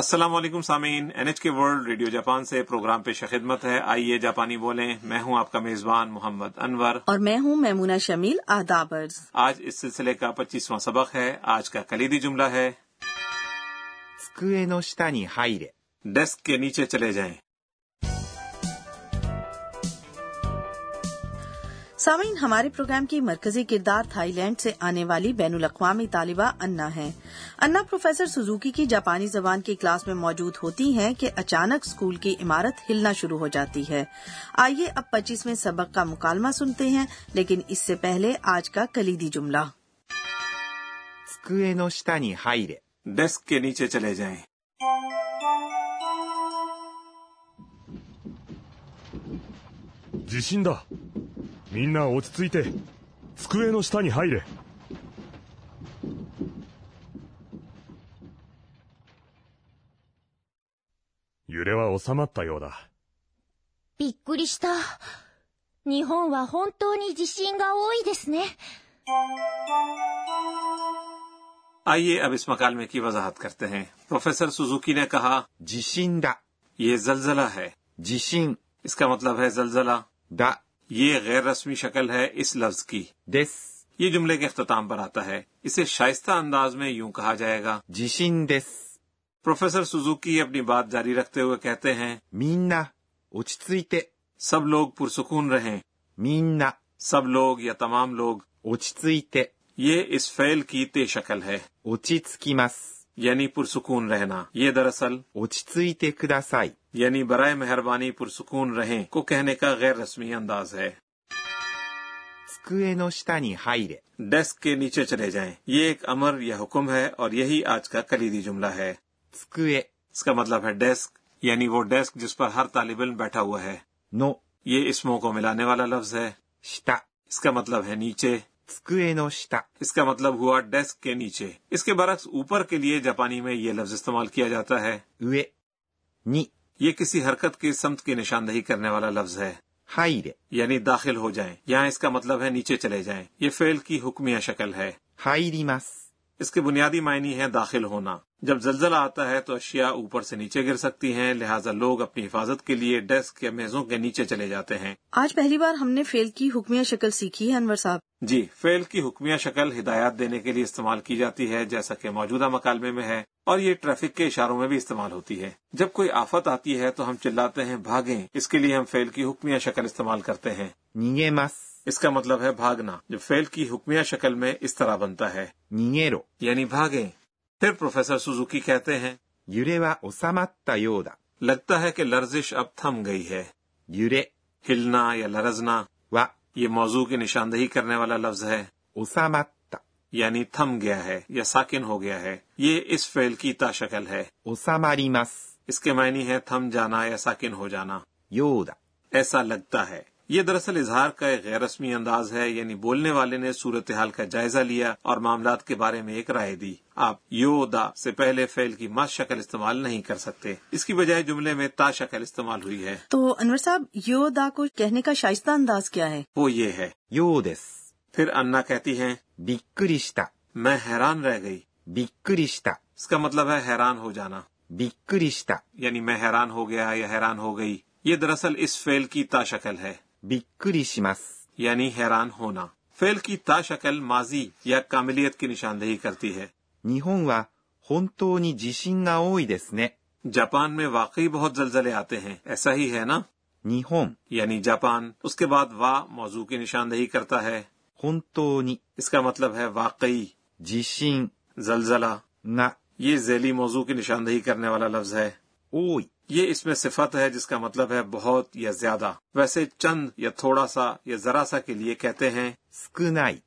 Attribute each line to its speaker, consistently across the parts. Speaker 1: السلام علیکم سامعین N H K World Radio Japan سے پروگرام پیش خدمت ہے آئیے جاپانی بولیں میں ہوں آپ کا میزبان محمد انور
Speaker 2: اور میں ہوں میمونہ شمیل آدابرز
Speaker 1: آج اس سلسلے کا پچیسواں سبق ہے آج کا کلیدی جملہ ہے
Speaker 3: 机の下に入れ。
Speaker 1: ڈیسک کے نیچے چلے جائیں
Speaker 2: سامعین ہمارے پروگرام کی مرکزی کردار تھائی لینڈ سے آنے والی بین الاقوامی طالبہ انا ہیں انا پروفیسر سوزوکی کی جاپانی زبان کی کلاس میں موجود ہوتی ہیں کہ اچانک اسکول کی عمارت ہلنا شروع ہو جاتی ہے آئیے اب پچیسویں سبق کا مکالمہ سنتے ہیں لیکن اس سے پہلے آج کا کلیدی جملہ
Speaker 3: 机の下に入れ。
Speaker 1: ڈیسک کے نیچے چلے جائیں
Speaker 4: 地震だみんな落ち着いて机の下に入れ揺れは収まったようだ
Speaker 5: びっくりした。日本は本当に地震が多いですね。
Speaker 1: آئیے اب اس مکالمے کی وضاحت کرتے ہیں پروفیسر سوزوکی نے کہا
Speaker 3: 地震だ。
Speaker 1: یہ زلزلہ ہے
Speaker 3: 地震
Speaker 1: اس کا مطلب ہے زلزلہ
Speaker 3: だ。
Speaker 1: یہ غیر رسمی شکل ہے اس لفظ کی
Speaker 3: です。
Speaker 1: یہ جملے کے اختتام پر آتا ہے اسے شائستہ انداز میں یوں کہا جائے گا
Speaker 3: 地震です。
Speaker 1: پروفیسر سوزوکی اپنی بات جاری رکھتے ہوئے کہتے ہیں
Speaker 3: みんな、落ち着いて。
Speaker 1: سب لوگ پرسکون رہیں
Speaker 3: みんな、
Speaker 1: سب لوگ یا تمام لوگ
Speaker 3: 落ち着いて。
Speaker 1: یہ اس فعل کی تے شکل ہے
Speaker 3: 落ち着きます。
Speaker 1: یعنی پرسکون رہنا یہ دراصل
Speaker 3: 落ち着いてください。
Speaker 1: یعنی برائے مہربانی پرسکون رہیں کو کہنے کا غیر رسمی انداز ہے
Speaker 3: 机の下に入れ。
Speaker 1: ڈیسک کے نیچے چلے جائیں یہ ایک امر یا حکم ہے اور یہی آج کا کلیدی جملہ ہے
Speaker 3: 机
Speaker 1: اس کا مطلب ہے ڈیسک یعنی وہ ڈیسک جس پر ہر طالب علم بیٹھا ہوا ہے
Speaker 3: の
Speaker 1: یہ اسموں کو ملانے والا لفظ ہے
Speaker 3: 下。
Speaker 1: اس کا مطلب ہے نیچے
Speaker 3: 机の下。
Speaker 1: اس کا مطلب ہوا ڈیسک کے نیچے اس کے برعکس اوپر کے لیے جاپانی میں یہ لفظ استعمال کیا جاتا ہے
Speaker 3: 上。に
Speaker 1: یہ کسی حرکت کی سمت کی نشاندہی کرنے والا لفظ ہے
Speaker 3: 入れ。
Speaker 1: یعنی داخل ہو جائیں یہاں اس کا مطلب ہے نیچے چلے جائیں یہ فعل کی حکمیہ شکل ہے
Speaker 3: 入ります。
Speaker 1: اس کے بنیادی معنی ہے داخل ہونا جب زلزلہ آتا ہے تو اشیاء اوپر سے نیچے گر سکتی ہیں لہٰذا لوگ اپنی حفاظت کے لیے ڈیسک یا میزوں کے نیچے چلے جاتے ہیں
Speaker 2: آج پہلی بار ہم نے فیل کی حکمیہ شکل سیکھی ہے انور صاحب
Speaker 1: جی فعل کی حکمیہ شکل ہدایات دینے کے لیے استعمال کی جاتی ہے جیسا کہ موجودہ مکالمے میں ہے اور یہ ٹریفک کے اشاروں میں بھی استعمال ہوتی ہے جب کوئی آفت آتی ہے تو ہم چلاتے ہیں بھاگیں اس کے لیے ہم فعل کی حکمیہ شکل استعمال کرتے ہیں
Speaker 3: 逃げます。
Speaker 1: اس کا مطلب ہے بھاگنا جو فعل کی حکمیہ شکل میں اس طرح بنتا ہے
Speaker 3: 逃げろ。
Speaker 1: یعنی بھاگیں پھر پروفیسر سوزوکی کہتے ہیں
Speaker 3: 揺れは収まったようだ。
Speaker 1: لگتا ہے کہ لرزش اب تھم گئی ہے
Speaker 3: 揺れ
Speaker 1: ہلنا یا لرزنا
Speaker 3: は
Speaker 1: یہ موضوع کی نشاندہی کرنے والا لفظ ہے
Speaker 3: 収まった。
Speaker 1: یعنی تھم گیا ہے یا ساکن ہو گیا ہے یہ اس فعل کی تا شکل ہے
Speaker 3: 収まります。
Speaker 1: اس کے معنی ہے تھم جانا یا ساکن ہو جانا
Speaker 3: ようだ。
Speaker 1: ایسا لگتا ہے یہ دراصل اظہار کا ایک غیر رسمی انداز ہے یعنی بولنے والے نے صورتحال کا جائزہ لیا اور معاملات کے بارے میں ایک رائے دی آپ یو دا سے پہلے فعل کی مس شکل استعمال نہیں کر سکتے اس کی بجائے جملے میں تا شکل استعمال ہوئی ہے
Speaker 2: تو انور صاحب یو دا کو کہنے کا شائستہ انداز کیا ہے
Speaker 1: وہ یہ ہے
Speaker 3: ようです。
Speaker 1: پھر انا کہتی ہیں
Speaker 3: びっくりした。
Speaker 1: میں حیران رہ گئی
Speaker 3: びっくりした。
Speaker 1: اس کا مطلب ہے حیران ہو جانا
Speaker 3: びっくりした。
Speaker 1: یعنی میں حیران ہو گیا یا حیران ہو گئی یہ دراصل اس فعل کی تا شکل ہے
Speaker 3: びっくりします。
Speaker 1: یعنی حیران ہونا فعل کی تا شکل ماضی یا کاملیت کی نشاندہی کرتی ہے
Speaker 3: 日本は本当に地震が多いですね。
Speaker 1: جاپان میں واقعی بہت زلزلے آتے ہیں ایسا ہی ہے نا
Speaker 3: 日本、
Speaker 1: یعنی جاپان اس کے بعد وا موضوع کی نشاندہی کرتا ہے
Speaker 3: 本当に
Speaker 1: اس کا مطلب ہے واقعی
Speaker 3: 地震
Speaker 1: زلزلہ
Speaker 3: が
Speaker 1: یہ ذیلی موضوع کی نشاندہی کرنے والا لفظ ہے
Speaker 3: 多い。
Speaker 1: یہ اس میں صفت ہے جس کا مطلب ہے بہت یا زیادہ ویسے چند یا تھوڑا سا یا ذرا سا کے لیے کہتے ہیں
Speaker 3: 少ない。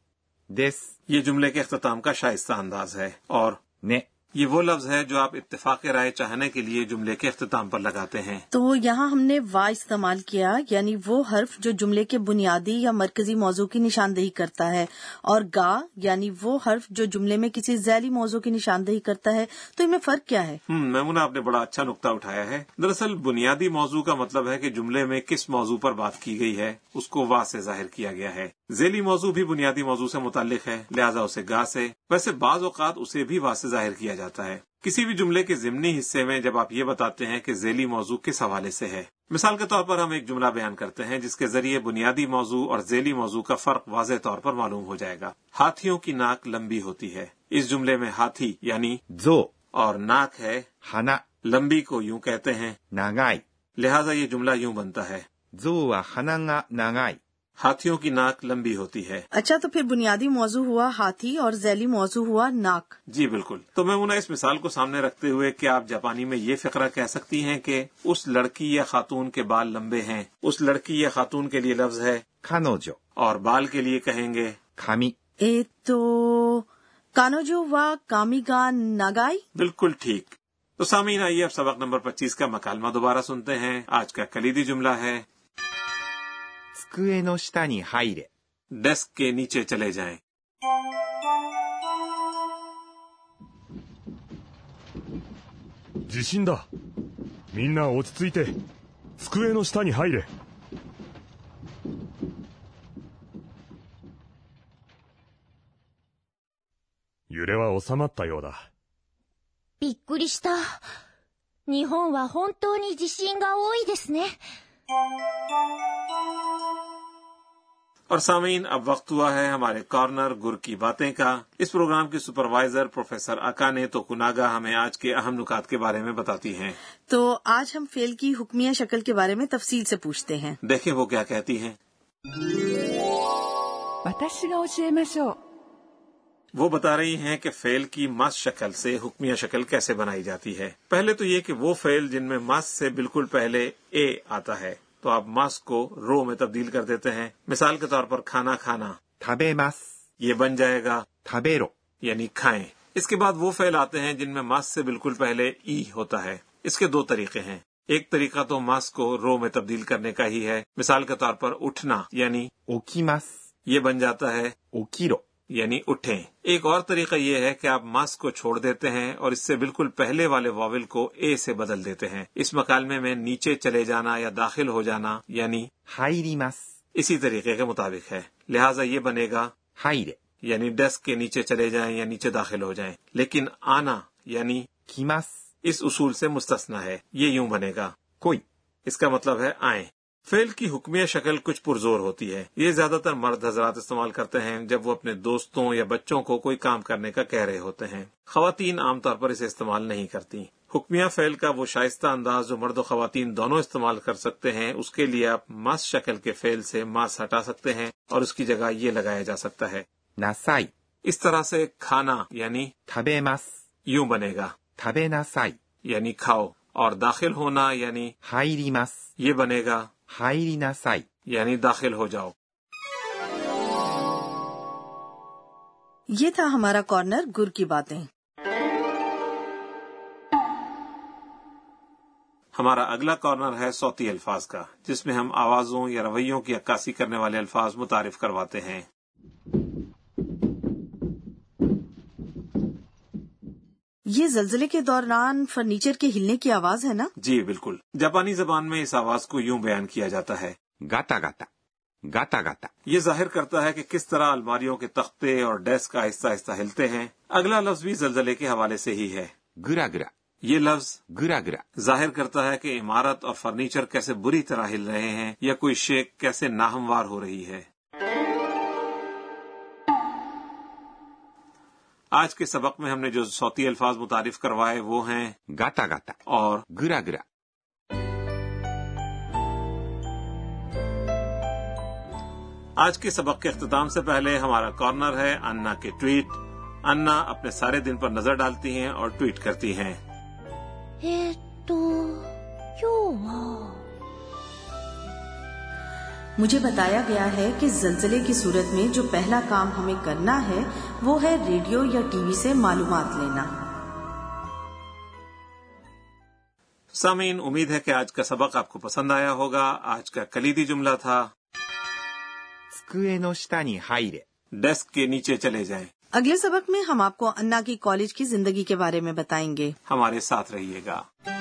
Speaker 3: です。
Speaker 1: یہ جملے کے اختتام کا شائستہ انداز ہے اور
Speaker 3: ね。
Speaker 1: یہ وہ لفظ ہے جو آپ اتفاق رائے چاہنے کے لیے جملے کے اختتام پر لگاتے ہیں
Speaker 2: تو یہاں ہم نے وا استعمال کیا یعنی وہ حرف جو جملے کے بنیادی یا مرکزی موضوع کی نشاندہی کرتا ہے اور گا یعنی وہ حرف جو جملے میں کسی ذیلی موضوع کی نشاندہی کرتا ہے تو ان میں فرق کیا ہے
Speaker 1: ہم، میمونہ آپ نے بڑا اچھا نقطہ اٹھایا ہے دراصل بنیادی موضوع کا مطلب ہے کہ جملے میں کس موضوع پر بات کی گئی ہے اس کو وا سے ظاہر کیا گیا ہے ذیلی موضوع بھی بنیادی موضوع سے متعلق ہے لہٰذا اسے گا سے ویسے بعض اوقات اسے بھی وا سے ظاہر کیا جاتا ہے کسی بھی جملے کے ضمنی حصے میں جب آپ یہ بتاتے ہیں کہ ذیلی موضوع کس حوالے سے ہے مثال کے طور پر ہم ایک جملہ بیان کرتے ہیں جس کے ذریعے بنیادی موضوع اور ذیلی موضوع کا فرق واضح طور پر معلوم ہو جائے گا ہاتھیوں کی ناک لمبی ہوتی ہے اس جملے میں ہاتھی یعنی
Speaker 3: 象、
Speaker 1: اور ناک ہے
Speaker 3: 花、
Speaker 1: لمبی کو یوں کہتے ہیں
Speaker 3: 長い。
Speaker 1: لہٰذا یہ جملہ یوں بنتا ہے
Speaker 3: 象は鼻が長い。
Speaker 1: ہاتھیوں کی ناک لمبی ہوتی ہے
Speaker 2: اچھا تو پھر بنیادی موضوع ہوا ہاتھی اور ذیلی موضوع ہوا ناک
Speaker 1: جی بالکل تو میں انہیں اس مثال کو سامنے رکھتے ہوئے کہ آپ جاپانی میں یہ فقرہ کہہ سکتی ہیں کہ اس لڑکی یا خاتون کے بال لمبے ہیں اس لڑکی یا خاتون کے لیے لفظ ہے
Speaker 3: 彼女、
Speaker 1: اور بال کے لیے کہیں گے
Speaker 3: 髪、
Speaker 2: اے تو کانوجو وا کامی گا ناگائی
Speaker 1: بالکل ٹھیک تو سامعین آئیے اب سبق نمبر پچیس کا مکالمہ دوبارہ سنتے ہیں آج کا کلیدی جملہ ہے
Speaker 3: 机の下に入れ。
Speaker 1: ڈیسک کے نیچے چلے جائیں
Speaker 4: 地震だみんな落ち着いて机の下に入れ揺れは収まったようだ
Speaker 5: びっくりした。日本は本当に地震が多いですね。
Speaker 1: اور سامعین اب وقت ہوا ہے ہمارے کارنر گر کی باتیں کا اس پروگرام کے سپروائزر پروفیسر اکانے تو کناگا ہمیں آج کے اہم نکات کے بارے میں بتاتی ہیں
Speaker 2: تو آج ہم فیل کی حکمیہ شکل کے بارے میں تفصیل سے پوچھتے ہیں
Speaker 1: دیکھیں وہ کیا کہتی ہیں
Speaker 6: 私が教えましょう
Speaker 1: وہ بتا رہی ہیں کہ فیل کی مس شکل سے حکمیہ شکل کیسے بنائی جاتی ہے پہلے تو یہ کہ وہ فیل جن میں مس سے بالکل پہلے اے آتا ہے تو آپ مس کو رو میں تبدیل کر دیتے ہیں مثال کے طور پر کھانا کھانا
Speaker 3: 食べます。
Speaker 1: یہ بن جائے گا
Speaker 3: 食べろ。
Speaker 1: یعنی کھائیں اس کے بعد وہ فعل آتے ہیں جن میں ماس سے بالکل پہلے ای ہوتا ہے اس کے دو طریقے ہیں ایک طریقہ تو ماس کو رو میں تبدیل کرنے کا ہی ہے مثال کے طور پر اٹھنا یعنی
Speaker 3: 起きます。
Speaker 1: یہ بن جاتا ہے
Speaker 3: 起きろ。
Speaker 1: یعنی اٹھیں ایک اور طریقہ یہ ہے کہ آپ ماس کو چھوڑ دیتے ہیں اور اس سے بالکل پہلے والے واول کو اے سے بدل دیتے ہیں اس مکالمے میں نیچے چلے جانا یا داخل ہو جانا یعنی
Speaker 3: 入ります。
Speaker 1: اسی طریقے کے مطابق ہے لہٰذا یہ بنے گا
Speaker 3: 入れ。
Speaker 1: یعنی ڈیسک کے نیچے چلے جائیں یا نیچے داخل ہو جائیں لیکن آنا یعنی
Speaker 3: 来ます。
Speaker 1: اس اصول سے مستثنا ہے یہ یوں بنے گا
Speaker 3: 来い。
Speaker 1: اس کا مطلب ہے آئیں فعل کی حکمیہ شکل کچھ پرزور ہوتی ہے یہ زیادہ تر مرد حضرات استعمال کرتے ہیں جب وہ اپنے دوستوں یا بچوں کو کوئی کام کرنے کا کہہ رہے ہوتے ہیں خواتین عام طور پر اسے استعمال نہیں کرتی حکمیہ فعل کا وہ شائستہ انداز جو مرد و خواتین دونوں استعمال کر سکتے ہیں اس کے لیے آپ ماس شکل کے فعل سے ماس ہٹا سکتے ہیں اور اس کی جگہ یہ لگایا جا سکتا ہے
Speaker 3: なさい。
Speaker 1: اس طرح سے کھانا یعنی
Speaker 3: 食べます。
Speaker 1: یوں بنے گا
Speaker 3: 食べなさい。
Speaker 1: یعنی کھاؤ اور داخل ہونا یعنی
Speaker 3: 入ります。
Speaker 1: یہ بنے گا
Speaker 3: 入りなさい。
Speaker 1: یعنی داخل ہو جاؤ
Speaker 2: یہ تھا ہمارا کارنر گر کی باتیں
Speaker 1: ہمارا اگلا کارنر ہے صوتی الفاظ کا جس میں ہم آوازوں یا رویوں کی عکاسی کرنے والے الفاظ متعارف کرواتے ہیں
Speaker 2: یہ زلزلے کے دوران فرنیچر کے ہلنے کی آواز ہے نا
Speaker 1: جی بالکل جاپانی زبان میں اس آواز کو یوں بیان کیا جاتا ہے
Speaker 3: ガタガタ。ガタガタ。
Speaker 1: یہ ظاہر کرتا ہے کہ کس طرح الماریوں کے تختے اور ڈیسک آہستہ آہستہ ہلتے ہیں اگلا لفظ بھی زلزلے کے حوالے سے ہی ہے
Speaker 3: ぐらぐら。
Speaker 1: یہ لفظ
Speaker 3: ぐらぐら。
Speaker 1: ظاہر کرتا ہے کہ عمارت اور فرنیچر کیسے بری طرح ہل رہے ہیں یا کوئی شیک کیسے ناہموار ہو رہی ہے آج کے سبق میں ہم نے جو صوتی الفاظ متعارف کروائے وہ ہیں
Speaker 3: ガタガタ。
Speaker 1: اور
Speaker 3: ぐらぐら。
Speaker 1: آج کے سبق کے اختتام سے پہلے ہمارا کارنر ہے انا کے ٹویٹ انا اپنے سارے دن پر نظر ڈالتی ہیں اور ٹویٹ کرتی ہیں
Speaker 5: えーっと、今日は、
Speaker 2: مجھے بتایا گیا ہے کہ زلزلے کی صورت میں جو پہلا کام ہمیں کرنا ہے وہ ہے ریڈیو یا ٹی وی سے معلومات لینا
Speaker 1: سامعین امید ہے کہ آج کا سبق آپ کو پسند آیا ہوگا آج کا کلیدی جملہ تھا
Speaker 3: 机の下に入れ。
Speaker 1: ڈیسک کے نیچے چلے جائیں
Speaker 2: اگلے سبق میں ہم آپ کو انا کی کالج کی زندگی کے بارے میں بتائیں گے
Speaker 1: ہمارے ساتھ رہیے گا